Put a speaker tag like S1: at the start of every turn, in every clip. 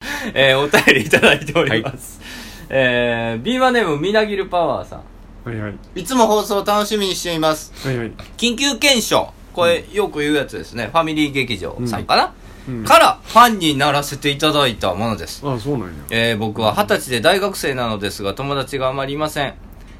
S1: えーお便りいただいております。えー、ビーマネームみなぎるパワーさん。
S2: はいはい
S1: いつも放送楽しみにしています。
S2: はいはい
S1: 緊急検証。これ、よく言うやつですね。ファミリー劇場さんかな、
S2: うん
S1: から、ファンにならせていただいたものです。
S2: あそうなんや
S1: えー僕は二十歳で大学生なのですが、友達があまりいません。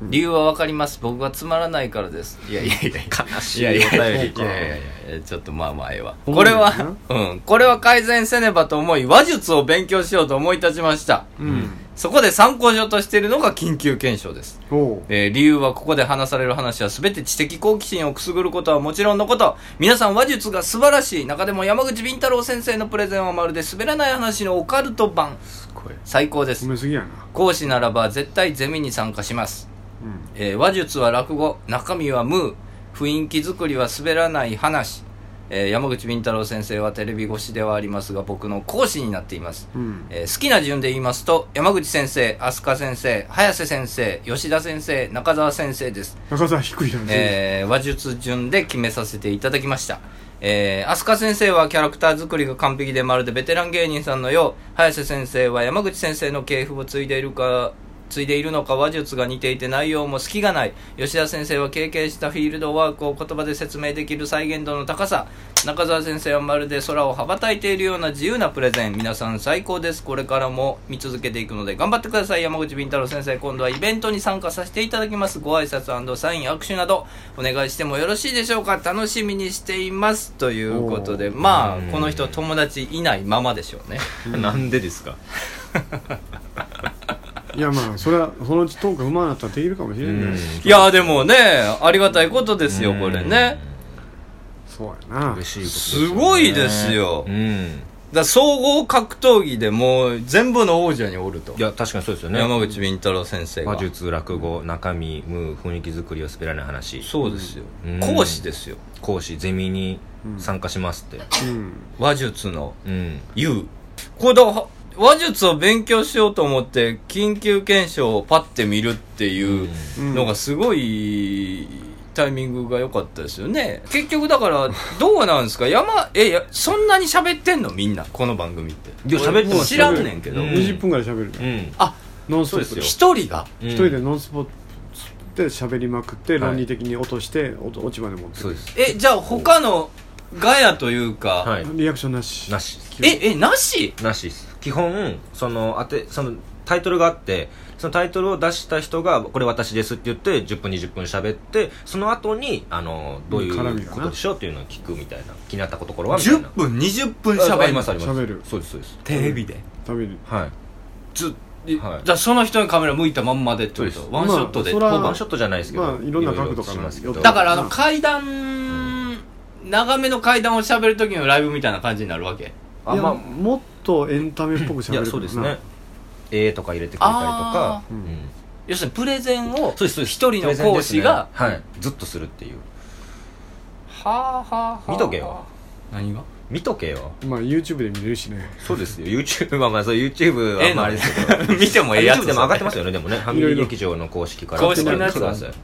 S1: 理由はわかります。僕がつまらないからです。いやいやいや、悲
S2: しい
S1: いやいやいやいや
S2: そうか
S1: いやいやちょっとまあまあええわ。
S2: ほん
S1: こ
S2: ま
S1: れ
S2: やな
S1: は、うん、これは改善せねばと思い、話術を勉強しようと思い立ちました。
S2: うん
S1: そこで参考書としているのが緊急検証です。
S2: おう
S1: えー理由はここで話される話は全て知的好奇心をくすぐることはもちろんのこと皆さん話術が素晴らしい中でも山口敏太郎先生のプレゼンはまるで滑らない話のオカルト版
S2: すごい
S1: 最高です
S2: 褒めすぎやな
S1: 講師ならば絶対ゼミに参加します、
S2: うん
S1: えー話術は落語中身はムー雰囲気作りは滑らない話、えー山口敏太郎先生はテレビ越しではありますが僕の講師になっています
S2: うん
S1: えー好きな順で言いますと山口先生飛鳥先生早瀬先生吉田先生中澤先生です、
S2: 中澤低いな
S1: えー話術順で決めさせていただきました、えー、飛鳥先生はキャラクター作りが完璧でまるでベテラン芸人さんのよう早瀬先生は山口先生の系譜を継いでいるか継いでいるのか話術が似ていて内容も隙がない吉田先生は経験したフィールドワークを言葉で説明できる再現度の高さ中澤先生はまるで空を羽ばたいているような自由なプレゼン皆さん最高ですこれからも見続けていくので頑張ってください山口敏太郎先生今度はイベントに参加させていただきますご挨拶サイン握手などお願いしてもよろしいでしょうか楽しみにしていますということで
S2: おー
S1: ま
S3: うん
S1: あこの人友達いないままでしょうね
S3: なんでですか
S2: いやまあそれはそのうちトークうまくなったらできるかもしれんね
S1: いやーでもねありがたいことですよ
S3: うん
S1: これね
S2: そうやな
S3: 嬉しいことです
S1: すごいですよ
S3: うん
S1: だから総合格闘技でもう全部の王者におると
S3: いや確かにそうですよね
S1: 山口敏太郎先生が
S3: 話術落語中身無雰囲気作りを滑らない話
S1: そうですよ
S3: うん
S1: 講師ですよ
S3: 講師ゼミに参加しますって
S2: うん
S1: 話術の
S3: うん
S1: 言うこれだから話術を勉強しようと思って緊急検証をパッて見るっていう
S2: うん
S1: のがすごいタイミングが良かったですよね結局だからどうなんですか山えやそんなに喋ってんのみんなこの番組って
S3: いや喋ってます
S1: 知らんねんけど、
S3: うん
S2: 20分ぐらい喋る
S3: う
S2: から
S3: ん
S1: あ
S2: ノンスト
S3: そうで
S2: ッ
S3: す
S2: プ
S3: よ
S2: で
S1: 一人が
S3: 一
S2: 一人でノンスポップで喋りまくって
S3: い
S2: 論理的に落としておと落ちまで持って
S3: そ
S2: く
S3: う
S2: る
S3: です
S1: えじゃあ他のガヤというか、
S3: はい
S2: リアクションなし
S3: なし
S1: ええなし
S3: なしです基本その当てそのタイトルがあってそのタイトルを出した人が「これ私です」って言って10分20分喋ってその後にあのどうい
S2: 絡み
S3: う
S2: がな
S3: ことでしょうっていうのを聞くみたいな気になったこところはみたいな
S1: 10分20分
S3: ああ
S1: 喋
S3: り
S1: り
S3: ま
S1: ますす
S3: あります
S2: 喋る
S3: そうですそうです
S1: テレビで
S2: 食べる
S3: はい
S1: ず
S3: はい
S1: じゃあその人にカメラ向いたまんまでってこと
S3: そうです
S1: ワンショットで、
S2: まあそら
S1: ほぼ
S3: ワンショットじゃないですけど、
S2: まあいろんな角度から
S3: いろいろしますけど
S1: だからあの
S2: うん
S1: 階段、長めの階段を喋る時のライブみたいな感じになるわけ
S3: あ
S2: いや
S3: ま
S2: もっとエンタメっぽく
S3: あい
S2: 喋る
S3: やそうですね絵とか入れてくれたりと
S1: あ
S3: か、
S2: ー
S3: うん
S1: 要するにプレゼンを
S3: そうですそうです
S1: 一人の講師が、
S3: プレゼンですねはい、ずっとするっていう
S1: はあはあはあ
S3: 見とけよ
S1: 何が
S3: 見とけよ
S2: まあ YouTube で見れるしね
S3: そうですよ YouTube はまあそう YouTube
S1: ええ
S3: はま
S1: の
S3: ああれですけ ど
S1: 見てもええや
S3: YouTube
S1: つ
S3: でも上がって
S1: て
S3: ますよねでもねファミリー劇場の公式から
S1: 公式のやつ
S3: 見てください
S2: うん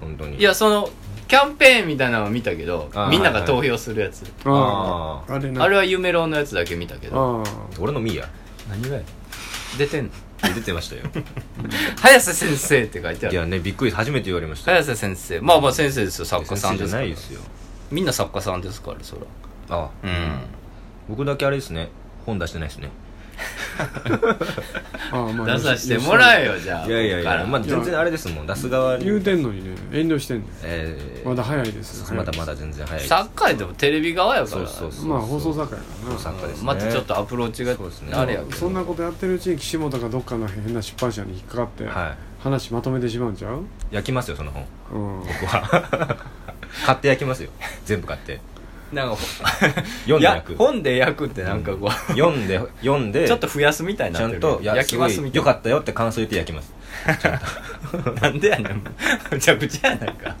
S3: 本当に
S1: いやそのキャンペーンみたいなのは見たけど
S3: あー
S1: みんなが投票するやつ
S2: あ
S3: あ
S2: ああれな
S1: あれは夢郎のやつだけ見たけど
S2: あ
S3: 俺のミーや
S1: 何がや出てんの
S3: 出てましたよ
S1: 早瀬先生って書いてあ
S3: い
S1: る
S3: やねびっくり初めて言われました
S1: 早瀬先生まあまあ先生ですよ作家さんで
S3: 先生
S1: す
S3: じゃ
S1: か
S3: ない
S1: ら
S3: ですよ
S1: みんな作家さんですからそら
S3: ああ
S1: うん
S3: 僕だけあれですね本出してないですね
S2: あああま
S1: 出させてもら
S2: え
S1: えよじゃあ
S3: いやいやい
S1: ここか
S3: や
S1: ら
S3: まあ全然あれですもん出す側に
S2: 言うてんのにね遠慮してんの
S3: えー
S2: まだ早いです
S3: まだまだ全然早い
S1: サッカーやでもテレビ側やから
S3: そうそうそう
S2: まあ放送作家や
S3: 放送
S2: か
S3: 作家ですね
S1: またちょっとアプローチが
S3: そうですね
S1: あれや
S2: らな
S1: け
S2: そ
S1: ど
S2: んなことやってるうちに岸本がどっかの変な出版社に引っかかって
S3: は
S2: 話まとめてしまうんちゃう
S3: い焼きますよその本
S2: うん
S3: 僕は 買って焼きますよ全部買って
S1: なんかほ
S3: 読んで
S1: や
S3: 焼く
S1: 本で焼くってなんかこう
S3: 読んで読んで
S1: ちょっと増やすみたいに
S3: ち
S1: な
S3: ゃ
S1: ってる
S3: ん
S1: けど
S3: といや
S1: 焼きますみた
S3: よ
S1: い
S3: か
S1: な
S3: ったよって感想言って焼きます
S1: なんでやねんむちゃくちゃやないか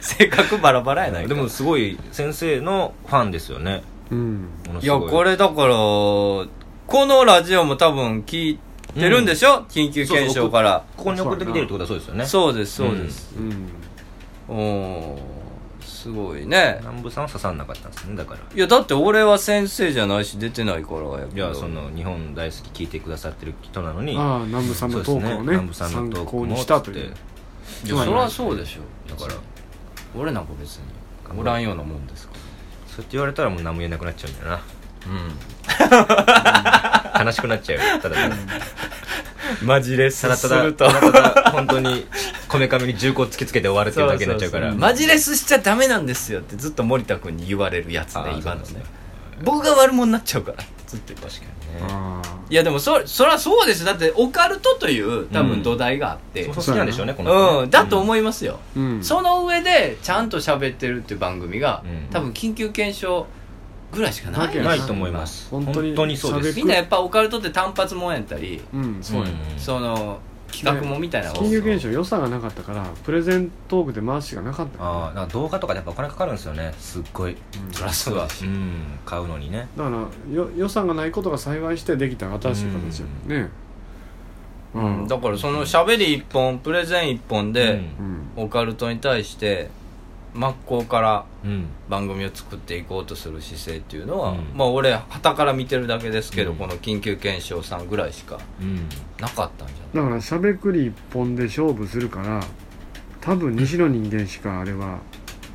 S1: 性格バラバラやないか
S3: でもすごい先生のファンですよね
S2: うん
S3: もの
S1: い
S3: す
S1: や
S3: ご
S1: これだからこのラジオも多分聞いてるんでしょ緊急検証から
S3: ここに送ってきてるってことはそうですよね
S1: そうですそうです
S2: うん
S1: おーすごいね
S3: 南部さんは刺さんなかったんですねだから
S1: いやだって俺は先生じゃないし出てないからやけ
S3: い
S1: ど
S3: やその日本大好き聞いてくださってる人なのに
S2: ああ南部さんのトークを
S3: そうです
S2: ね
S3: 南部さんのトー
S2: 参
S3: クも
S2: 考にしたという
S3: い
S1: い
S3: や
S1: やそ
S3: それ
S1: れ
S3: は
S1: は
S3: そ
S1: そうう
S3: で
S1: で
S3: し
S1: し
S3: ょ
S1: ょ
S3: だ
S1: だ
S3: か
S1: からら俺なんか別におらんようなもんですか
S3: そうやって言われたらもう何も言えなくなっちゃうんだ よ
S1: らう
S3: な悲しくなっちゃうよただただ
S1: んマジレス
S3: ただただただただ本当にこめかみに銃口突きつけて終わるっていうだけになっちゃうか
S1: そ
S3: ら
S1: うそうそうマジレスしちゃダメなんですよってずっと森田君に言われるやつ
S3: あ
S1: ね
S3: ー
S1: 今の
S3: そ
S1: ね
S3: うですね
S1: 僕が悪者になっちゃうからずっと言って
S3: 確かにね
S2: あ
S1: いやでもそそりゃそうですだってオカルトという多
S3: うん
S1: 分土台があって、
S3: そ
S1: うん
S3: もそも好きなんでしょうねこの子ね
S1: だと思いますよ、
S2: あうん
S1: その上でちゃんと喋ってるっていう番組が、
S3: うん
S1: 多分緊急検証ぐらいしかないんじゃ
S3: ないと思います
S2: 本
S3: 本
S2: 当に
S3: 当にそうです
S1: みんなやっぱオカルトって単発もんやったり、
S2: うん
S3: そうやね
S1: その企画もんみたいなのが
S2: 金融現象良さがなかったからプレゼントークで回しがなかったから
S3: ああなんか動画とかでやっぱお金かかるんですよねすっごい
S2: うん
S1: そりゃそうだし
S3: うん買うのにね
S2: だからよ予算がないことが幸いしてできた新しい形よねう
S1: うん、だ
S2: か
S1: からその喋り1本プレゼン1本で、
S2: うん
S1: オカルトに対して真っ向から
S3: うん、うん
S1: 番組を作っていこうとする姿勢っていうのは、
S3: うん
S1: まあ俺旗から見てるだけですけど、
S3: うん
S1: この緊急検証さんぐらいしか
S3: うん
S1: なかったんじゃない
S2: だからしゃべくり一本で勝負するから多分西の人間しかあれは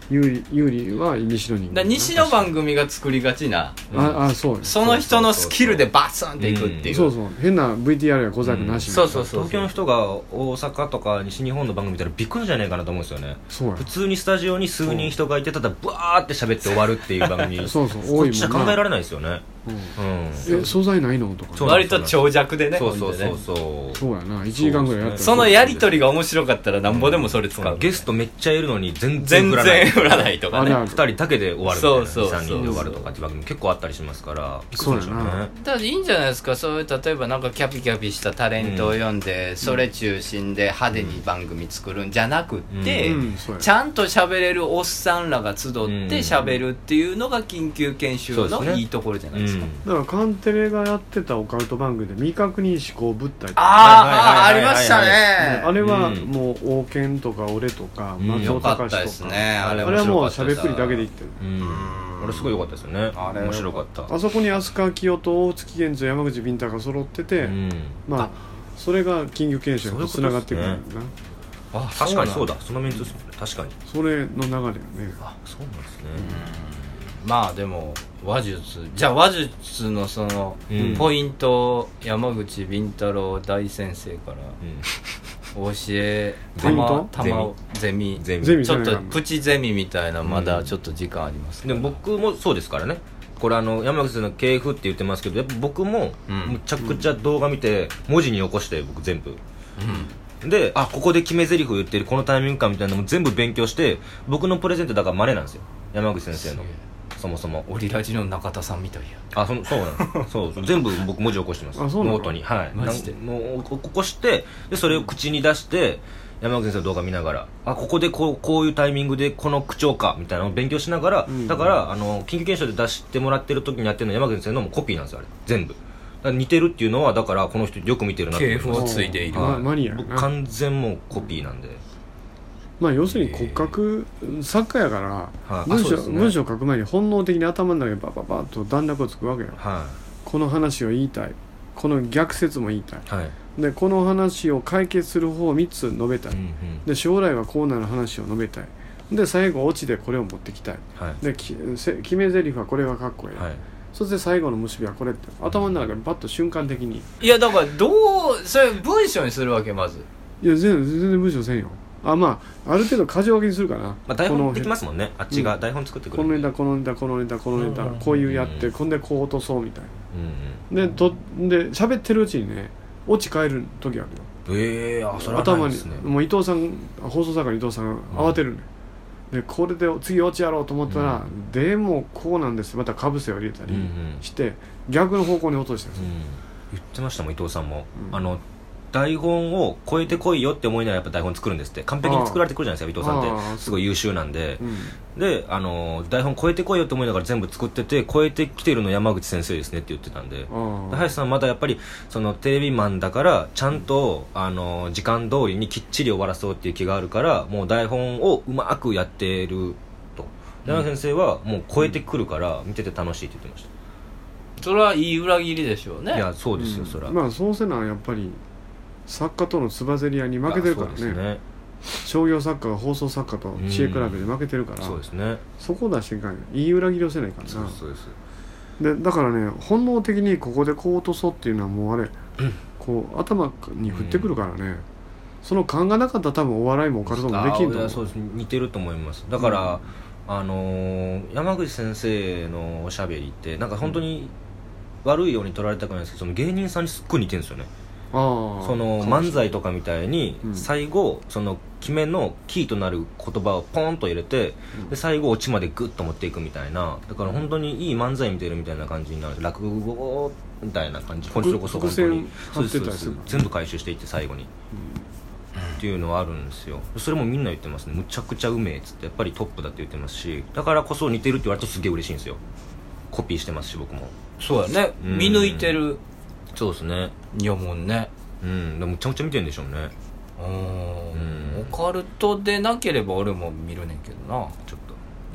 S2: 有利有利は西の人間
S1: だから西の番組が作りがちな
S2: ああそうよ
S1: その人のスキルでバッサンっていくっていう、
S2: そうそう変な VTR や小細工なしみたいな
S1: うんそうそう
S3: 東京の人が大阪とか西日本の番組見たらびっくりじゃないかなと思うんですよね
S2: そうや
S3: 普通にスタジオに数人人がいてただブワーって喋って終わるっていう番組
S2: そうそう
S3: こ
S2: 多
S3: っ
S2: い
S3: ちじ
S2: も
S3: ゃ
S2: ん
S3: 考えら
S2: な
S3: れないですよね
S2: うん
S3: うん
S2: え素材ないのとかね
S3: そう
S1: 割と長尺でね
S3: そうそ
S1: ほ
S3: うそう
S1: んでね
S3: そう
S2: そうやな1時間ぐらいやったら
S1: そのやり取りが面白かったらなんぼでもそれ使う、
S3: ゲストめっちゃいるのに全
S1: 全
S3: 然振らない
S1: 然振らないとかね
S2: あら
S3: 2人だけで終わるみたいな
S1: そうそうそう
S3: 3人で終わるとかって番組結構あったりしますからびっくりす
S2: そう
S3: る
S2: や
S3: で
S2: な
S3: しょうね
S1: ただいいんじゃないですかそういう例えばなんかキャピキャピしたタレントを読んで、それ中心で派手に番組作るんじゃなくって、
S2: うんそうや
S1: ちゃんと喋れるおっさんらが集って喋るっていうのが緊急研修
S3: そう
S1: の
S3: ですね
S1: いいところじゃな
S3: う
S1: いですか、
S3: ん
S2: だからカンテレがやってたオカルト番組で未確認思考物体って
S1: あーあ
S3: はいはいはい
S1: ーあ
S3: はい
S1: りましたね
S2: あれは
S3: うん
S2: もう王権とか俺とか
S3: うん
S2: 松
S1: よ
S2: 尾
S1: か
S2: 隆
S1: っ
S2: と
S1: た
S2: か
S1: ですねあれ
S2: あれはもうしゃ
S1: 喋
S2: べくりだけでいってる
S3: うん俺すごい良かったですよね
S1: あれ
S3: 面白かった
S2: あそこに飛鳥清と大月健と山口敏太が揃ってて、
S3: うん
S2: まあそれが金魚研修とつながってくるんだな
S3: あ確かにそうだそのメンツですもんね確かに
S2: それの流れよね
S3: あそうなんですね
S1: まあでも話術じゃあ話術のその、
S3: うん
S1: ポイントを山口敏太郎大先生からお教え
S2: ポイント
S1: たまゼミ
S3: うん全
S2: ゼ
S3: 部
S2: ミ
S1: ちょっとプチゼミみたいなまだちょっと時間あります
S3: でも僕もそうですからねこれあの山口さんの系譜って言ってますけどやっぱ僕も
S1: うん
S3: むちゃくちゃ動画見て文字に起こして僕全部であここで決め台詞言ってるこのタイミングかみたいなのも全部勉強して僕のプレゼントだからマネなんですよ山口先生の
S1: すげえ
S3: そもそも
S1: オリラジの中田さんみたいや
S3: あそのそうなんですそう そう全部僕文字起こしてます
S2: あそうなの
S3: ノートにはい
S1: マジで
S3: なんもう起こしてでそれを口に出して山口先生の動画見ながらあここでこうこういうタイミングでこの口調かみたいなのを勉強しながら、
S2: うん
S3: だからあの緊急検証で出してもらってる時にやってるの山口先生のもうコピーなんですよあれ全部だから似てるっていうのはだからこの人よく見てるなって
S1: 系
S3: 思
S1: 譜
S3: いま
S1: を
S3: す
S1: 継いでいる
S2: まあマニアやな
S3: 僕完全もうコピーなんで
S2: まあ要するに骨格、作家やから、
S3: はい
S2: 文
S3: あそう
S2: 章
S3: ですね
S2: 文章書く前に本能的に頭の中にバババッと段落をつくわけよ
S3: は
S2: この話を言いたいこの逆説も言いたい
S3: いはい、
S2: でこの話を解決する方を3つ述べたい、
S3: うんうん
S2: で将来はこうなる話を述べたいで最後オチでこれを持ってきたい
S3: はい
S2: できせ決め台詞はこれがかっこいい、
S3: はい
S2: そして最後の結びはこれって頭の中でパッと瞬間的に
S1: いやだからどうそれ文章にするわけまず
S2: いや全然全然文章せんよあまあある程度箇条書きにするかな、
S3: まあ、台
S2: こ
S3: 本
S2: の
S3: できますもんねあっちが台本作ってく
S2: こ
S3: れ
S2: の
S3: る
S2: ネタこのネタこのネタこのネタこういうやってこんでこう落とそうみたい
S3: うん
S2: なでとで喋ってるうちにねオチ変える時あるよ
S3: うん、ええあそれはな
S2: 頭
S3: いで
S2: に
S3: すね
S2: もう伊藤さん放送作家の伊藤さん慌てるね、でこれで次落ちやろうと思ったら、でもこうなんですまたかぶせを入れた
S3: うんう
S2: り
S3: ん
S2: して、逆の方向に落としてるんですよ、
S3: 言ってましたもん伊藤さんも、
S2: うん
S3: あの台本を超えてこいよって思いながらやっぱ台本作るんですって完璧に作られてくるじゃないですか伊藤さん
S2: あ
S3: っ
S2: あ
S3: てすごい優秀なんで
S2: う、ん
S3: であの台本超えてこいよって思いながら全部作ってて超えてきてるの山口先生ですねって言ってたん
S2: あ
S3: でで
S2: あ
S3: 林さんはまだやっぱりそのテレビマンだからちゃんとあの時間通りにきっちり終わらそうっていう気があるからもう台本をうまくやってると山口先生はもう超えてくるから見てて楽しいって言ってまし
S1: それはいい裏切りでしょう
S3: た、
S1: ね
S3: いやそうですよ、それは、
S2: まあそうせなやっぱり作家とのつばぜり合いに負けてるから
S3: あそうです
S2: ね
S3: ね
S2: 商業作家が放送作家と知恵比べで負けてるから、
S3: そうですね
S2: そこを出していかんよいい裏切りをせないから
S3: そう
S2: な
S3: ですそうです
S2: でだからね本能的にここでこう落とそうっていうのはもうあれ、こう頭に降ってくるからね、その勘がなかったら多分お笑いもオカルトもできんと
S3: あいや
S2: 思
S3: そう
S2: う
S3: です似てると思いますだから、あのー山口先生のおしゃべりってなんか本当に悪いように取られたくないんですけどその芸人さんにすっごい似てるんですよね
S2: ああ
S3: その漫才とかみたいに
S2: うん
S3: 最後その決めのキーとなる言葉をポンと入れて
S2: うん
S3: で最後オチまでグッと持っていくみたいなだから本当にいい漫才見てるみたいな感じになる落語みたいな感じこれこそ本当に
S2: 伏線張って
S3: そう
S2: たり
S3: です
S2: す
S3: そう
S2: る
S3: です全部回収していって最後にっていうのはあるんですよそれもみんな言ってますねむちゃくちゃうめえっつってやっぱりトップだって言ってますしだからこそ似てるって言われるとすげえ嬉しいんですよコピーしてますし僕も
S1: そうやね
S3: うん
S1: 見抜いてる
S3: そうですね
S1: やもんね
S3: うんでもむちゃくちゃ見てるんでしょうね
S1: う
S3: うん
S1: んオカルトでなければ俺も見るねんけどな
S3: ちょっ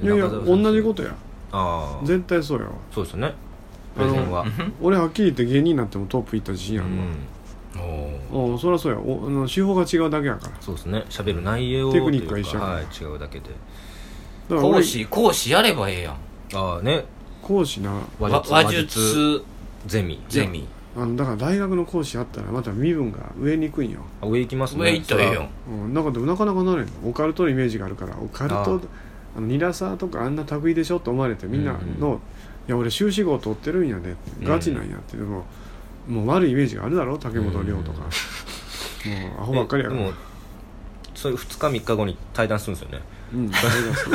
S3: と
S2: いやいや
S3: 中澤先生
S2: 同じことや
S3: ああ
S2: 絶対そうやわ
S3: そうですよね
S2: あ
S3: プ
S2: の
S3: レゼンは
S2: 俺はっきり言って芸人になってもトップいった自信
S3: う
S2: あるわ、
S3: ん
S1: おー
S2: おうそりゃそうやおあの手法が違うだけやから
S3: そうですね喋る内容
S2: テクニックが一緒
S3: というか
S2: や
S3: はい違うだけで
S2: だから
S1: 講
S2: 俺
S1: 師講師やればええやん
S3: ああね
S2: 講師な
S1: わ
S3: 話術
S1: 話術
S3: ゼミ
S1: ゼミ
S2: あのだから大学の講師あったらまた身分が上に行くんよ、
S3: あ上行きますね
S1: 上行ったらええやん
S2: うん、なんかでもなかなかなれんオカルトのイメージがあるからオカルト
S3: あ
S2: あ
S3: ー
S2: のニラサーとかあんな類でしょって思われてみんなの
S3: うん、
S2: いや俺修士号取ってるんやでってガチなんやって、でももう悪いイメージがあるだろ竹本涼とか、もうアホばっかりや
S3: え
S2: か
S3: で
S2: ら
S3: もそれ2日3日後に対談するんですよね
S2: うん大丈夫です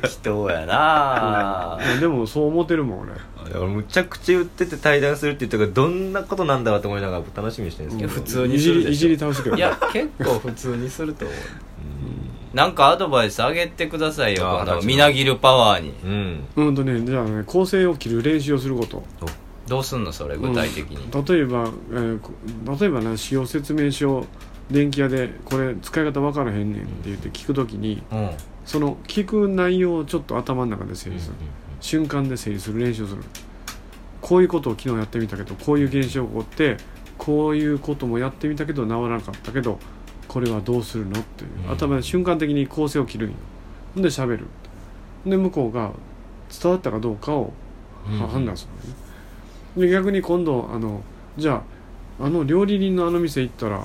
S1: 適当やな
S2: うんでもそう思ってるもん俺
S3: いや俺むちゃくちゃ言ってて対談するって言ったからどんなことなんだろうと思いながら楽しみにしてるんですけ
S1: 普
S3: ど、
S1: 通にするでしょ
S2: いじりいじり倒すけ ど
S1: いや結構普通にすると思うなんかアドバイスあげてくださいよ
S3: あ
S1: こ
S3: ー
S1: のみなぎるパワーに
S3: うん、うん、
S2: うんとねじゃあね構成を切る練習をすること
S1: どうすんのそれ具体的に
S2: 例えば、えーこ例えばな使用説明書を電気屋でこれ使い方分からへんねんって言って聞くときに
S1: うんうん
S2: その聞く内容をちょっと頭の中で整理する、瞬間で整理する練習をするこういうことを昨日やってみたけどこういう現象が起こってこういうこともやってみたけど治らなかったけどこれはどうするのっていう、
S3: うん
S2: 頭で瞬間的に構成を切るんよほんで喋るで向こうが伝わったかどうかをは判断するのね、で逆に今度あのじゃああの料理人のあの店行ったら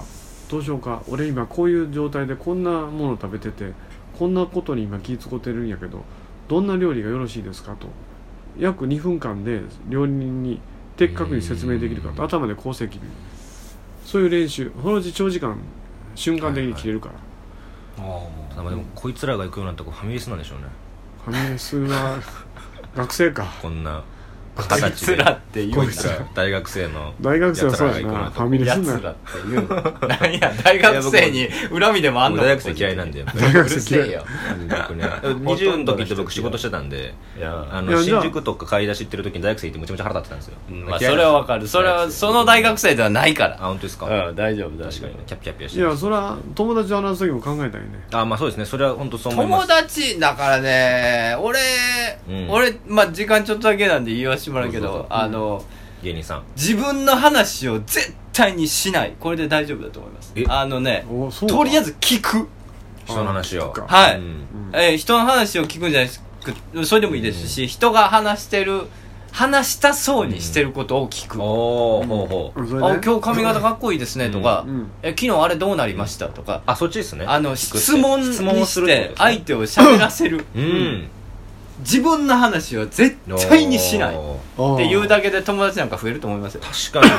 S2: どうしようか俺今こういう状態でこんなもの食べててこんなことに今気使ってるんやけどどんな料理がよろしいですかと約2分間で料理人に的確に説明できるか
S3: う
S2: と
S3: ん
S2: 頭で構成切るそういう練習このうち長時間瞬間的に切れるから、
S3: あまあでもこいつらが行くようなとこファミレスなんでしょうね
S2: ファミレスは学生か
S3: こんな
S1: こいつらって言う
S3: こ
S1: ない
S3: つら大学生の
S2: 大学生はそうや
S3: 奴らが行くよう
S2: な
S3: なと
S2: フ
S3: こ
S2: ァミレス
S1: や
S2: な
S1: つらって言うの何や大学生に恨みでもあん
S3: 僕
S1: の
S3: 大学生嫌いなん でやっぱり
S2: 大
S1: う
S2: 学
S1: る
S2: 生
S1: せ
S2: 嫌い
S1: えよ
S3: 僕ね20の時って僕仕事してたんで
S1: いや
S3: あ
S2: い
S3: の
S2: やじゃ
S3: 新
S2: あ
S3: 宿とか買い出し行ってる時に大学生行ってむちゃむちゃ腹立ってたんですよ
S1: まあそれはわかるそれはその大学
S3: 生
S1: 生ではないか
S3: あ
S1: ら
S3: 本当ですか
S1: うん大丈夫大
S3: 確
S1: 丈夫
S3: かにねキャピキャピやし
S2: い
S3: て
S2: やそれは友達と話す時も考えたよね
S3: あまあそうですねそれは本当そう思いま
S1: 友
S3: す
S1: 達だからね俺、
S3: うん
S1: 俺まあ時間ちょっとだけなんで言わしてもらうけど
S3: そうそうそう
S1: あの、
S3: 芸人さん
S1: 自分の話を絶対にしないこれで大丈夫だと思います
S3: え
S1: あのね
S2: おそうか
S1: とりあえず聞く
S3: 人の話
S2: あそ
S3: を
S2: っか
S1: はい
S3: うん
S2: うん
S1: えー人の話を聞くんじゃなくそれでもいいですし、人が話してる話したそうにしてることを聞く、あ
S3: おおほうほう
S2: うんそれね
S1: 今日髪型かっこいいですねとか、
S2: うん
S1: え昨日あれどうなりましたとか、
S3: あそっちですね
S1: あの
S3: 聞くって
S1: 質問
S3: 質問
S1: に
S3: をする
S1: し
S3: って
S1: て
S3: ことです
S1: 相手を
S3: ね
S1: 喋らせ る
S3: うん
S1: 自分の話は絶対にしないっ
S3: おー
S2: ああ
S1: ていうだけで友達なんか増えると思いますよ、
S3: 確かに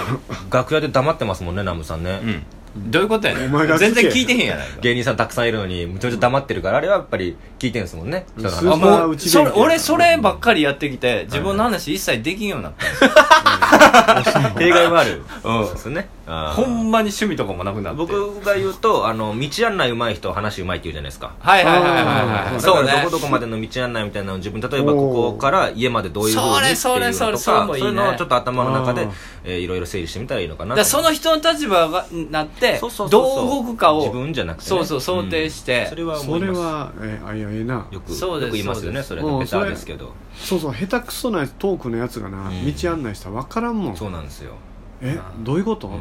S3: 楽屋で黙ってますもんねナムさんね
S1: うん、どういうことやね
S2: お前
S1: ん
S2: が聞け
S1: 全然聞いてへんやないか
S3: 芸人さんたくさんいるのにむちゃむちゃ黙ってるからあれはやっぱり聞いてんですもんね人の
S2: うん
S1: あ
S2: そ
S3: 話
S2: れは
S1: もう
S2: うちで
S1: それ
S2: いける
S1: 俺そればっかりやってきて自分の話一切できんようになった
S3: 弊害もある
S1: うん
S3: そうですねあー
S1: ほんまに趣味とかもなくなって
S3: 僕が言うとあの道案内うまい人話うまいって言うじゃないですか
S1: はいはいはいはいは
S2: あー
S1: い
S3: だ
S1: そう
S3: か
S1: ね
S3: らどこどこまでの道案内みたいなのを自分例えばここから家までどういうふうにっていう
S1: それ
S3: の
S1: それそれ
S3: とか
S1: それも
S3: そう
S1: いい
S3: い
S1: ね
S3: うのをちょっと頭の中
S2: あ
S3: で
S2: ー
S3: えーいろいろ整理してみたらいいのかな
S1: だ
S3: と
S1: からその人の立場がになって
S3: そうそうそう
S1: ど
S3: そう
S1: う動くかを
S3: 自分じゃなくてね、
S1: そうそう想定して
S3: うんそれは
S2: そ
S3: 思い
S2: れ
S3: ます
S2: はえーあいやええな
S3: よく
S1: そうです
S3: よく言いますよね
S1: そ
S3: そうれ
S2: う
S3: は
S2: ん
S3: ベターですけど
S2: そうそう下手くそなやつトークのやつがな、
S3: うん
S2: 道案内したら分からんもん
S3: そうなんですよ、
S2: え
S1: あ
S2: どういうこと、
S3: うん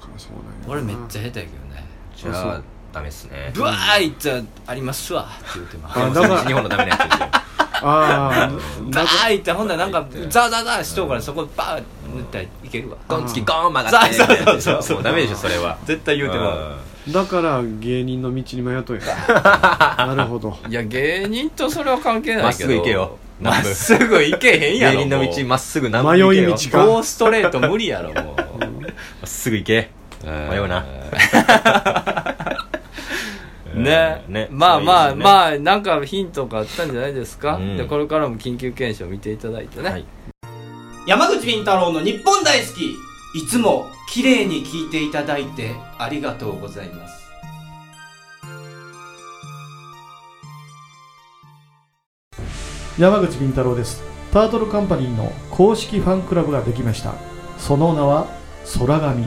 S2: だからそうなんやな
S1: 俺めっちゃ下手やけどね
S3: じ
S2: そ
S3: ゃ
S2: うそ
S3: あ
S2: う
S3: ダメですね
S1: ブワーイってありますわって言ってます
S2: あ
S1: バ
S2: だから
S3: 西日本のダメなやつですよ
S2: ああだ
S1: ーイってほんならなんかザザザしとうからそこバー塗ったらいけるわ
S3: ゴンつきゴーン曲がって
S1: そうそうそう
S3: みたいなやつでしょもうダメでしょそれは
S1: 絶対言うても
S3: ん
S2: だから芸人の道に迷っとんやなるほど
S1: いや芸人とそれは関係ないけど
S3: まっすぐ行けよ
S1: まっすぐ行けへんや
S3: 芸
S1: ろ
S3: 人の
S1: もう
S3: 道まっすぐ何
S2: 迷
S3: 行け
S2: い
S3: よ
S2: 道
S3: ま
S2: か
S1: ゴーストレート無理やろ も
S3: っすぐ行け
S1: う
S3: 迷うな
S1: ね
S3: うんね
S1: まあまあ
S3: あ
S1: まあなんかヒントがあったんじゃないですか、
S3: うん
S1: でこれからも緊急検証見ていただいてね、
S3: はい
S1: 山口敏太郎の日本大好きいつも綺麗に聞いていただいてありがとうございます
S4: 山口敏太郎ですタートルカンパニーの公式ファンクラブができましたその名は空神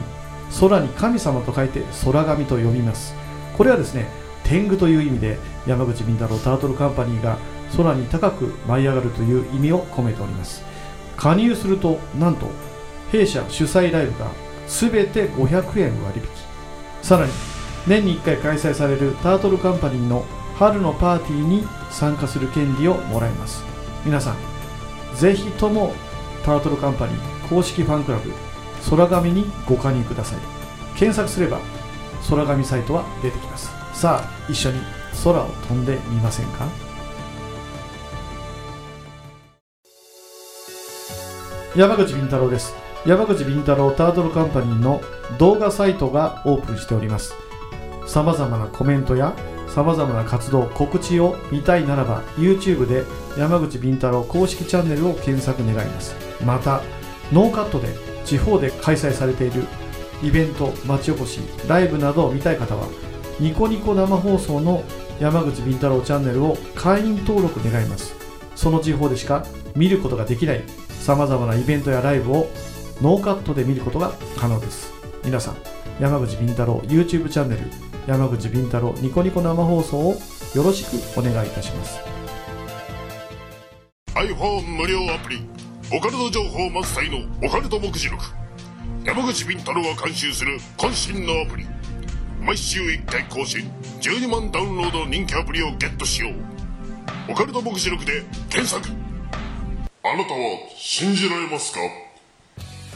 S4: 空に神様と書いて空神と呼びますこれはですね天狗という意味で山口敏太郎タートルカンパニーが空に高く舞い上がるという意味を込めております加入するとなんと弊社主催ライブが全て500円割引さらに年に1回開催されるタートルカンパニーの春のパーティーに参加する権利をもらいます皆さんぜひともタートルカンパニー公式ファンクラブ空紙にご加入ください検索すれば空紙サイトは出てきますさあ一緒に空を飛んでみませんか山口敏太郎です山口敏太郎タートルカンパニーの動画サイトがオープンしておりますさまざまなコメントやさまざまな活動告知を見たいならば YouTube で山口敏太郎公式チャンネルを検索願いますまたノーカットで地方で開催されているイベント町おこしライブなどを見たい方はニコニコ生放送の山口敏太郎チャンネルを会員登録願いますその地方でしか見ることができないさまざまなイベントやライブをノーカットで見ることが可能です皆さん山口敏太郎 YouTube チャンネル山口敏太郎ニコニコ生放送をよろしくお願いいたします
S5: iPhone 無料アプリオカルト情報満載のオカルト目次録山口敏太郎が監修する渾身のアプリ毎週1回更新12万ダウンロードの人気アプリをゲットしようオカルト目次録で検索あなたは信じられますか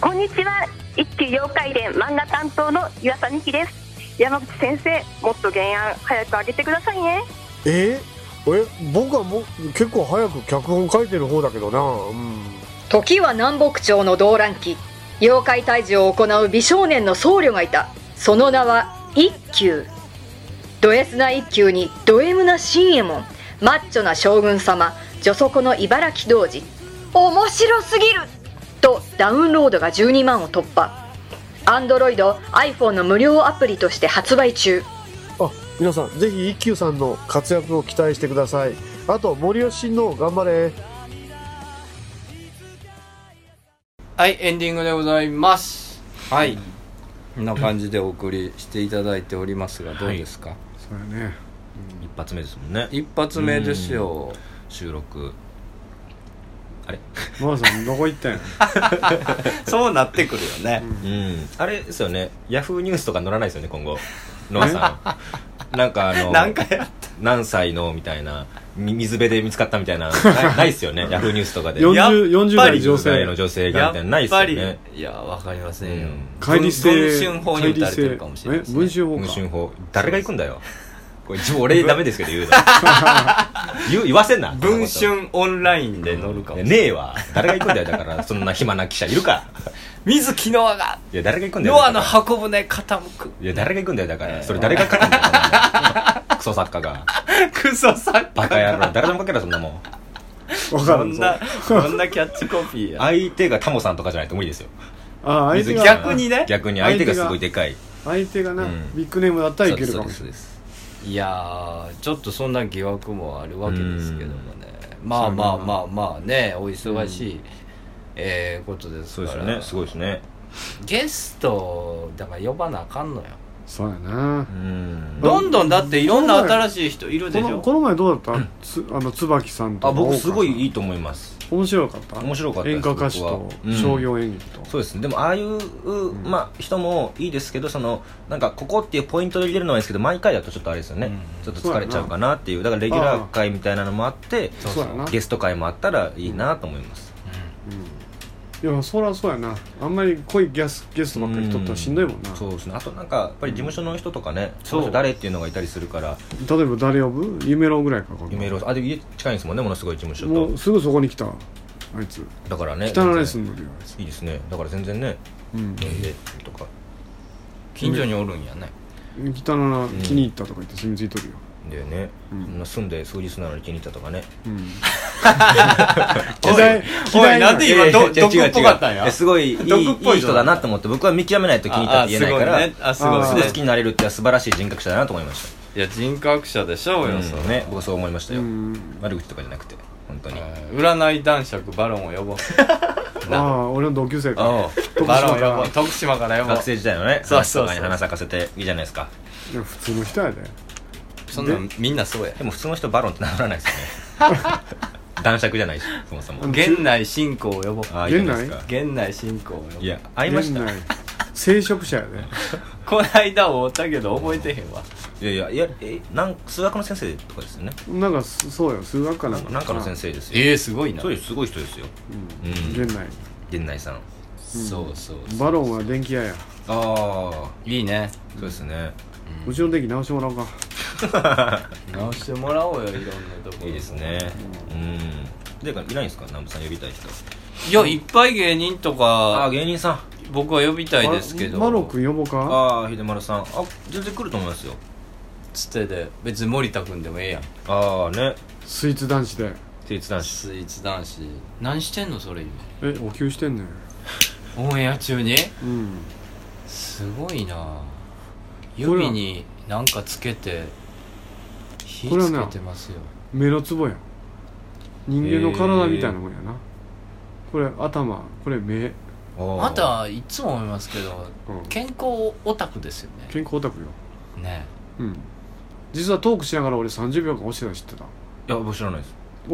S6: こんにちは一級妖怪伝漫画担当の岩佐美希です山口先生もっと原案早く上げてくださいね
S7: ええ僕はもう結構早く脚本書いてる方だけどな、うん、
S8: 時は南北朝の動乱期妖怪退治を行う美少年の僧侶がいたその名は一休ド S な一休にド M な新右衛門マッチョな将軍様女底の茨城童子面白すぎるとダウンロードが12万を突破アンドロイド iPhone の無料アプリとして発売中
S7: あ皆さんぜひ一休さんの活躍を期待してくださいあと森吉の頑張れ
S1: はいエンディングでございますはいこんな感じでお送りしていただいておりますがどうですか、
S2: そうやね
S3: 一発目ですもんね
S1: 一発目ですよ
S3: 収録
S2: ママさんどこ行ったんや
S1: そうなってくるよね
S3: うんあれですよねヤフーニュースとか載らないですよね今 後ノアさんなんかあの
S1: なんかやっ
S3: 何歳のみたいなみ水辺で見つかったみたいなないないっすよ ねヤフーニュースとかで
S2: 40
S1: やっぱり
S2: 代女
S3: 10代の
S2: 性
S3: 女性が
S1: や
S3: みたいなないっ
S1: っ
S3: すよ
S1: ぱり
S3: ね
S1: いやわかりませ
S3: うん
S1: よ、
S3: ん
S2: 乖離性
S1: 文文春法に打たれてるかもしれないですね
S2: え文春法
S3: 文
S2: か
S3: 春法誰が行くんだよこれ自分俺ダメですけど言うの言う言わせんな
S1: 文春オンラインで乗るかもしれない
S3: ねえわ誰が行くんだよだからそんな暇な記者いるか
S1: 水木ノアが
S3: いや誰が行くんだよ
S1: ノアの
S3: だから
S1: 箱舟傾く
S3: いや誰が行くんだよだか
S1: ええ
S3: らそれ誰が書くんだよそんなのクソ作家が
S1: クソ作
S3: バカ野郎誰でも書けろそんなもん
S2: 分か
S1: こ
S2: らん
S1: ん
S2: ぞ
S1: なこんなキャッチコピーや
S3: 相手がタモさんとかじゃないと無理ですよ
S2: ああ相手が
S1: 逆にね
S3: 逆に相手がすごいでかい
S2: 相手がな、
S3: うん
S2: ビッグネームだったらいけるか
S3: そう
S2: も
S3: です
S2: し
S3: そ
S2: れな
S3: う
S2: い
S3: です
S1: いやーちょっとそんな疑惑もあるわけですけどもねまあまあまあまあねお忙しい、えーことです
S3: そ
S1: か
S3: う
S1: ら
S3: ですよねすごいですね
S1: ゲストだから呼ばなあかんのよ
S2: そうやな
S3: うん
S1: どんどんだっていろんな新しい人いる
S2: こ
S1: でし
S2: の
S1: ょ
S2: この前どうだったつあの椿さんと
S3: あ僕
S2: 大川
S3: す
S2: さん
S3: ごいいいと思います
S2: 面白かった
S3: 面白かったです
S2: 演歌歌手と
S3: 僕はうん
S2: 商業演劇と、
S3: そうですねでもああいう、まあ、人もいいですけどそのなんかここっていうポイントで入れるのはいいですけど毎回だとちょっとあれですよね、
S1: うん
S3: ちょっと疲れちゃうかなっていうだからレギュラー会みたいなのもあって
S1: そう
S2: そうやな
S3: ゲスト会もあったらいいなと思います、
S2: いやそりゃそうやなあんまり濃いゲスゲストばっかりとったらしんどいもんな、
S3: そうですねあとなんかやっぱり事務所の人とかね、
S1: そう
S3: その人誰っていうのがいたりするから
S2: 例えば誰呼ぶ夢郎ぐらいかか
S3: 夢色あで家近いんですもんねものすごい事務所
S2: もう
S3: と
S2: すぐそこに来たあいつ
S3: だからね
S2: 汚いす
S3: 全
S2: んのよあいつ
S3: 然いいですねだから全然ね
S2: うん
S3: 飲んでとか
S1: 近所におるんやね
S2: 汚な気に入ったとか言って染みついとるよ、
S3: でね、
S2: うん
S3: そんな住んで数日なのに気に入ったとかね
S2: うん、
S1: 嫌いおいなんで今ど
S3: いやいや
S1: 毒っぽかったん
S3: 違う違う
S1: や
S3: いやすごいいい
S1: 毒っぽい人
S3: いい人だなと思って僕は見極めないと気に入ったって言えないから
S1: ああすごいねあ
S2: あ
S1: すごい
S3: すごい
S1: ね
S3: 好きになれるって素晴らしい人格者だなと思いまし
S1: いや人格者でしょ
S3: た
S1: うよ、
S3: ん
S1: それ
S3: ね僕はそう思いましたよ、
S2: うん
S3: 悪口とかじゃなくて本当に
S1: えー占い男爵バロンを呼ぼう
S2: ああ俺の同級生か
S3: ああ
S1: バロン呼ぼう徳島から呼ぼう
S3: 学生時代のね
S1: そうそうそう
S3: 話とかに花咲かせていいじゃないですか
S2: いや普通の人やで
S1: そんなんみんなそうや
S3: でも普通の人バロンって名乗らないですよね男爵じゃないしそもそも
S1: 源内信仰を呼ぼう
S3: ああいいじゃないですか
S1: 源内信仰を呼ぼう
S3: いや会いました
S2: 現内聖職者やで
S1: こないだ会うたけど覚えてへんわ
S3: いやいやいやえなん数学の先生とかですよね
S2: なんかすそうよ数学かなんか
S3: なんかの先生ですよ
S1: ええすごいな
S3: そうですすごい人ですよ
S2: う
S3: うん
S2: ん現内
S3: 源内さん
S1: そうそうそう
S2: バロンは電気屋や
S3: ああ
S1: いいね
S3: そうですね
S2: うちの電気直してもらおうか
S1: 直してもらおうよいろんなところ
S3: いいですねうんでいないんですか南部さん呼びたい人
S1: いやいっぱい芸人と
S3: ああ
S1: か
S3: 芸人さん
S1: 僕は呼びたいですけど
S2: バロン君呼ぼうか
S3: ああ秀丸さんあ全然来ると思いますよ
S1: つてで別に森田君でもええやん
S3: ああね
S2: スイーツ男子で
S3: スイーツ男子
S1: スイーツ男子何してんのそれ今
S2: えお給してんねん
S1: オンエア中に
S2: うん
S1: すごいな指になんかつけて火
S2: これは
S1: つ
S2: な
S1: けてますよ
S2: 目のツボやん人間の体みたいなもんやな、これ頭これ目、うん、
S1: あなたいつも思いますけど健康オタクですよ
S2: 健康オタクよ
S1: ねね
S2: うん実はトークしながら俺30秒間教えたの知ってた
S3: いや僕知らないで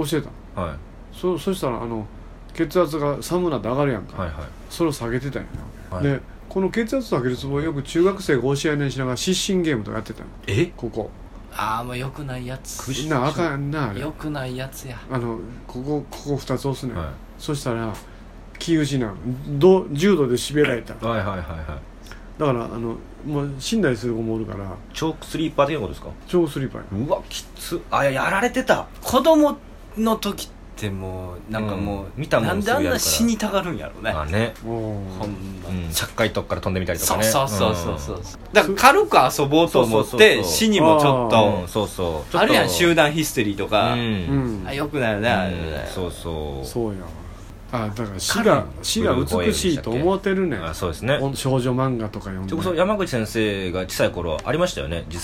S3: す
S2: 教えた
S3: は
S2: そそしたらあの血圧が寒なって上がるやん
S3: い
S2: か、
S3: はいはい
S2: それを下げてたんやな、
S3: はい
S2: でこの血圧を上げるツボをよく中学生が教えないしながら失神ゲームとかやってたの
S3: え
S2: ここ
S1: ああもう良くないやつ
S2: みんなあかんなあれ
S1: 良くないやつや
S2: あのここここ2つ押すねん、
S3: は
S2: そしたら気失うど重度でしびられた
S3: いはいはいはいはい
S2: だからあのもう死んだりする子もおるから
S3: チョークスリーパー的なことですか
S2: 超スリーパーや
S3: うわきつあいややられてた
S1: 子供の時ってもうなんかもう、
S3: うん見たもん
S1: なんです
S3: ぐ
S1: あ
S3: や
S1: ん
S3: るから
S1: な死にたがるんやろうね
S3: あね
S2: おー
S1: ほんま、
S3: うん着海とかから飛んでみたりと
S1: そ
S3: か
S1: う
S3: ね
S1: そうそうそうそう、だから軽く遊ぼうと思っ
S3: そうそうそうそ
S1: て
S3: う
S1: 死にもちょっ
S3: うんう
S1: と
S3: んそうそうちょっと
S1: あるやん集団ヒステリーとか、
S2: う
S3: うん
S2: ん
S1: あよくないよね、あれね
S3: そうそう
S2: そうやわあだから死が死が美しいと思ってるねん
S3: あそうですね
S2: お少女漫画とか読ん
S3: それこそ
S2: で
S3: 山口先生が小さい頃ありましたよね自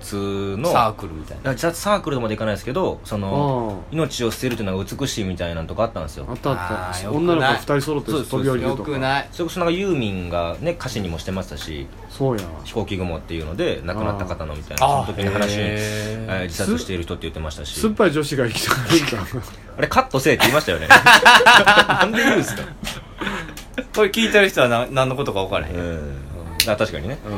S3: 殺の
S1: サークルみたいな
S3: 自殺サークルとまでいかないですけどその
S2: あ
S3: 命を捨てるというのが美しいみたいなのとかあったんですよ
S2: ああったあっ
S1: あー
S2: た
S1: よくない
S2: 女の子2人揃って
S3: そうです
S2: 飛び降りる
S1: よ
S2: と
S1: く
S2: か
S1: ない
S3: それこそなんかユーミンがね歌詞にもしてましたし
S2: そうやわ
S3: 飛行機雲っていうので亡くなった方のみたいなそ
S1: あ
S3: の時の話に、えー
S1: へ
S3: 自殺している人って言ってましたし
S2: 酸っぱい女子が生きたかるんだ
S3: あれカットせえって言いました よねなんで言うんですか
S1: ーこれ聞いてる人はな何のことか分からへん、
S3: う
S1: うん
S3: んあ確かにね、
S1: うん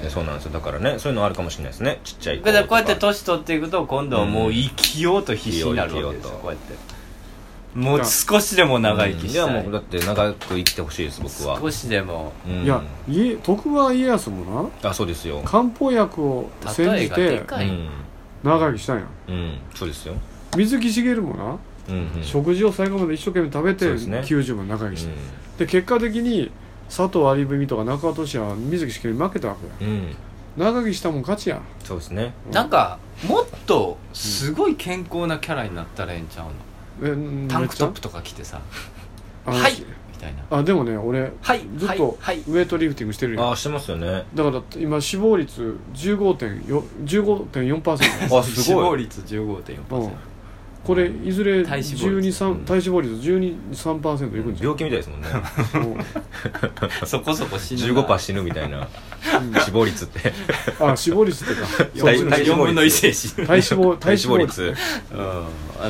S3: いやそうなんですよだからねそういうのあるかもしれないですねちっちゃい子
S1: だからこうやって
S3: とか
S1: 年取っていくと今度はもう生きようと必死になるわけですよ
S3: 生きよう生きようと
S1: こうやってもう少しでも長生きした
S3: うんい
S1: い,、
S3: やもうだって長く生きてほしいです僕は
S1: 少しでも
S3: うん
S2: いや家徳川家康もな
S3: あそうですよ
S2: 漢方薬を煎
S1: 例え
S2: じ
S1: がで
S2: て
S1: かい、
S2: 長生きしたんや
S3: うん、うん、そうですよ、
S2: 水木しげるもな
S3: うんうん、
S2: 食事を最後まで一生懸命食べて
S3: そうですね
S2: 90まで長生
S3: う
S2: きした
S3: ん
S2: で結果的に佐藤有文とか中尾俊也は水木しげるに負けたわけや
S3: うん、
S2: 長生きしたもん勝ちや
S3: そうですね
S1: なんかもっとすごい健康なキャラになったらええんちゃうの、
S2: えん
S1: タンクトッ
S2: めっ
S1: プ
S2: ち
S1: とか着てさ
S2: ゃあの
S1: はいみたいな
S2: あでもね俺
S1: はい
S2: ずっ
S1: はい
S2: と
S1: はい
S2: ウエイトリフティングしてるよ、
S3: ああしてますよね
S2: だから今死亡率15.4 15.4%
S3: あ
S1: 死
S3: す
S1: 亡
S3: ごい
S1: 率15.4%、
S2: うんこれいずれ
S1: 体脂肪率
S2: 12三体脂肪率123%いくんじゃ
S3: 病気みたいですもんね
S2: ん、もう
S1: そこそこ死ぬな
S3: 15%死ぬみたいな死亡率って
S2: あ死亡率って か
S3: 体
S2: そう
S3: 体脂肪率
S1: 4分の1で死ぬ
S2: 体脂肪体
S3: 体
S2: 脂肪
S3: 脂肪
S2: 率
S3: 率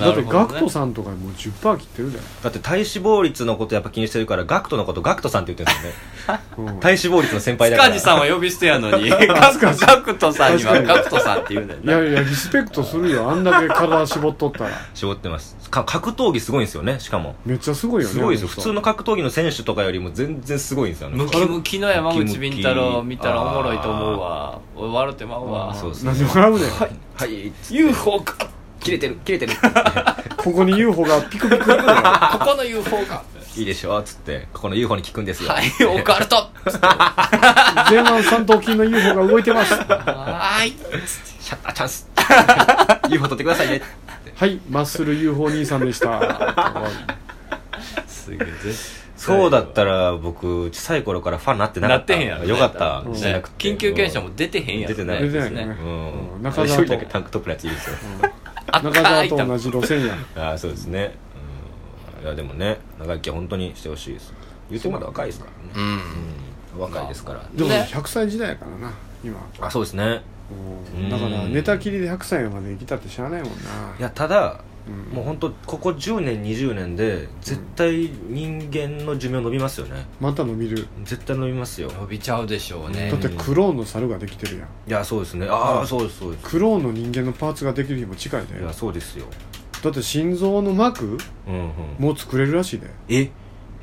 S2: だってガクト
S1: さ
S2: さんとかもう10%切ってるじゃ
S3: だって体脂肪率のことやっぱ気にしてるからガクトのことガクトさんって言ってるんですよね
S2: ん、うん
S3: 体脂肪率の先輩だから
S1: 塚地さんは呼び捨てやの にガクガクトさんには
S2: 確かに
S1: ガクトさんって言うねん
S2: い
S1: な
S2: やいやリスペクトするよあんだけ体絞っとったら
S3: 絞ってますか格闘技すごいんですよねしかも
S2: めっちゃすごいよね
S3: すごいですよ
S2: あ
S3: 普
S2: 人
S3: 通の格闘技の選手とかよりも全然すごいんですよね
S1: ムキムキの山口敏太郎見
S3: ムキムキ
S1: たらおもろいと思うわ俺笑ってまうわ
S3: そうですね
S2: 何で笑うねん
S3: はいはい
S1: UFO か
S3: 切れてる切れてる
S2: ここに UFO がピクピク
S1: ここの UFO か
S3: いいでしょっつってここの UFO に効くんですよ
S1: はいオカルト
S2: 前腕三頭筋の UFO が動いてますは
S1: はーい
S3: シャッターチャンス UFO 取ってくださいね
S2: いマッスル UFO 兄さんでした
S1: すげえ
S3: そうだったら僕小さい頃からファンになってなか
S1: な
S3: っ
S1: ったてへんやろ
S3: よかった、
S2: うん
S3: し
S1: ね
S3: なくて
S1: 緊急検証も出てへんやろ
S3: 出てない
S2: 出てないね
S3: う、ん、
S2: うん
S3: 中
S2: 中
S3: 一
S2: 澤
S3: 人
S2: と
S3: だけタンクトップのやついいですよ、
S2: 中
S1: 赤
S2: 澤
S1: い
S2: と同じ路線や
S3: ああそうですね、うん、いやでもね長生きは本当にしてほしいです言うてまだ若いですからね
S1: うん
S3: うん若いですから、
S2: でも
S1: ね
S2: 100歳時代やからな今
S3: あそうですね
S2: うんだから寝たきりで100歳まで生きたって知らないもんない
S3: やただ、
S2: うん
S3: もう本当ここ10年20年で絶対人間の寿命伸びますよね
S2: また伸びる
S3: 絶対伸びますよ
S1: 伸びちゃうでしょうね
S2: だってクローンの猿ができてるやん
S3: いやそうですねああそうですそうです
S2: クローンの人間のパーツができる日も近いで
S3: いやそうですよ
S2: だって心臓の膜
S3: うんうん
S2: も作れるらしいで
S3: えへ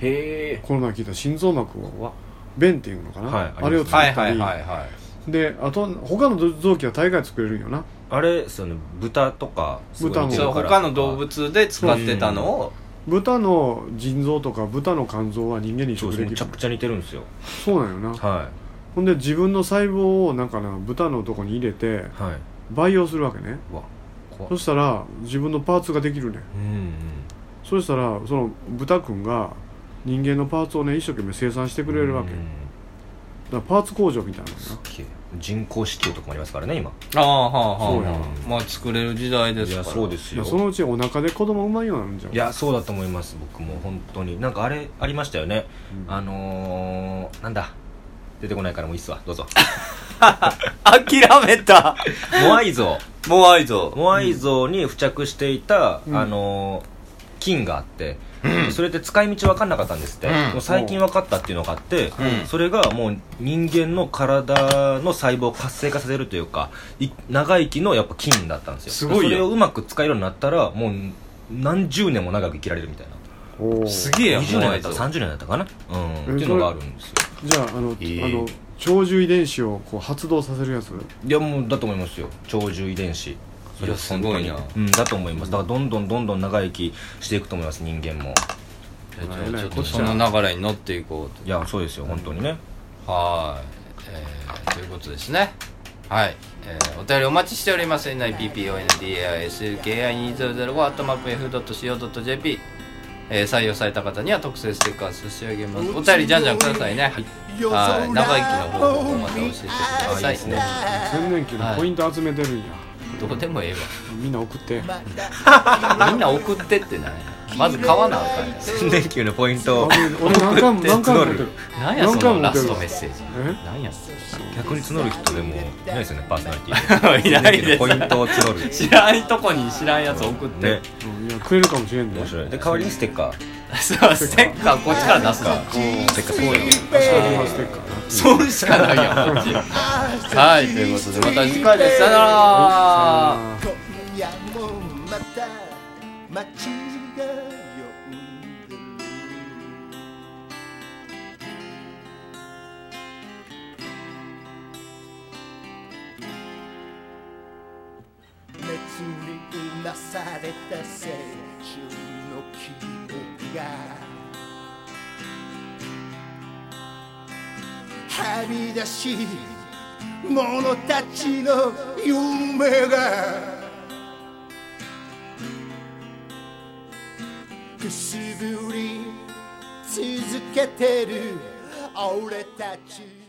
S3: え
S2: この前聞いた心臓膜を弁っていうのかな、
S3: はい
S2: あれを作
S1: は
S2: っ
S1: いは
S2: た
S1: い
S2: り
S1: はいはい
S2: であと他の臓器は大概作れるんよな
S3: あれですよね豚とか
S2: 豚も
S1: そう他の動物で使ってたのを
S2: 豚の腎臓とか豚の肝臓は人間に移
S3: そう
S2: 植
S3: です
S2: で
S3: め
S2: き
S3: ちゃ
S2: る
S3: くちゃ似てるんですよ
S2: そうなんよな
S3: は
S2: ほんで自分の細胞をなんかな豚のとこに入れて
S3: いはい
S2: 培養するわけね
S3: うわ怖
S2: そ
S3: っ
S2: したら自分のパーツができるねん
S3: うんうん
S2: そしたらその豚くんが人間のパーツをね一生懸命生産してくれるわけ
S3: う
S2: だか
S3: ん
S2: らパーツ工場みたいなのな
S3: 人工子宮とかもありますからね今
S1: ああはあ
S2: そう
S1: は
S2: や
S1: あまあ作れる時代です
S3: い
S1: から
S3: やそうです
S2: いや
S3: よ
S2: そのうちお腹で子供産まんようになるんじゃん
S3: いやそうだと思います僕も本当になんかあれありましたよね、
S2: うん
S3: あのー、なんだ出てこないからもういいっすわどうぞ
S1: 諦めた
S3: モアイ像
S1: モアイ像
S3: モアイ像に付着していた、
S2: うん
S3: あのー金があって、それって使い道分かんなかったんですって、
S1: うん
S3: もう最近分かったっていうのがあって、
S1: うん
S3: それがもう人間の体の細胞を活性化させるというかい長生きのやっぱ金だったんですよ
S1: すごいよ
S3: それをうまく使えるようになったらもう何十年も長く生きられるみたいな
S2: おー
S1: すげえやん
S3: 20年
S1: モア
S3: だ
S1: イ
S3: った
S1: 像
S3: ら30年だったかな、うん、って
S2: え
S3: いうのがあるんですよ
S2: じゃああの,、
S3: えー
S2: あの長寿遺伝子をこう発動させるやつ
S3: いやもうだと思いますよ長寿遺伝子それはい
S1: やすごいな
S3: 本当にうんだと思いますだからどんどんどんどん長生きしていくと思います人間も
S1: えっとちょっとその流れに乗っていこう
S3: いやそうですよ本当にね
S1: とはーい、えー、ということですねはい、えー、お便りお待ちしております NIPPONDASKI2005atmapf.co.jp えー、採用された方には特製ステッカー差し上げますお便りじゃんじゃんくださいねはい長生きの方法また教えてくださいね
S2: 千年期のポイント集めてるんや、
S1: どうでもええわ
S2: みんな送って
S1: みんな送ってってないまず買わなあかんや
S3: 新年球のポイン
S2: あ
S3: ト
S2: 俺何 回も何回も
S3: 募
S2: 送
S3: る
S2: ってる
S1: なんやそ
S2: 何回
S1: の
S2: も
S1: ラ
S2: 持ってる
S1: ストメッセージ
S2: え
S1: なんやそれ
S3: 逆に募る人でもいないですよねパーソナリティ
S1: いないです
S3: ポイントを募 る
S1: 知らんとこに知らんやつ送って、
S3: ね
S2: うんいやくれるかもしれんね
S3: 面白いで代わりにステッカー
S1: そうステッカーこっちから出すか
S3: ステッカーすごいよ
S2: ステッカーな
S1: そうしかないやんこっちはいということでまた次回ですさよなら
S2: あー
S9: 今夜もまた街が呼んでる熱にうなされた青春の記憶がはみ出し者たちの夢がくすぶりつ続けてる俺たち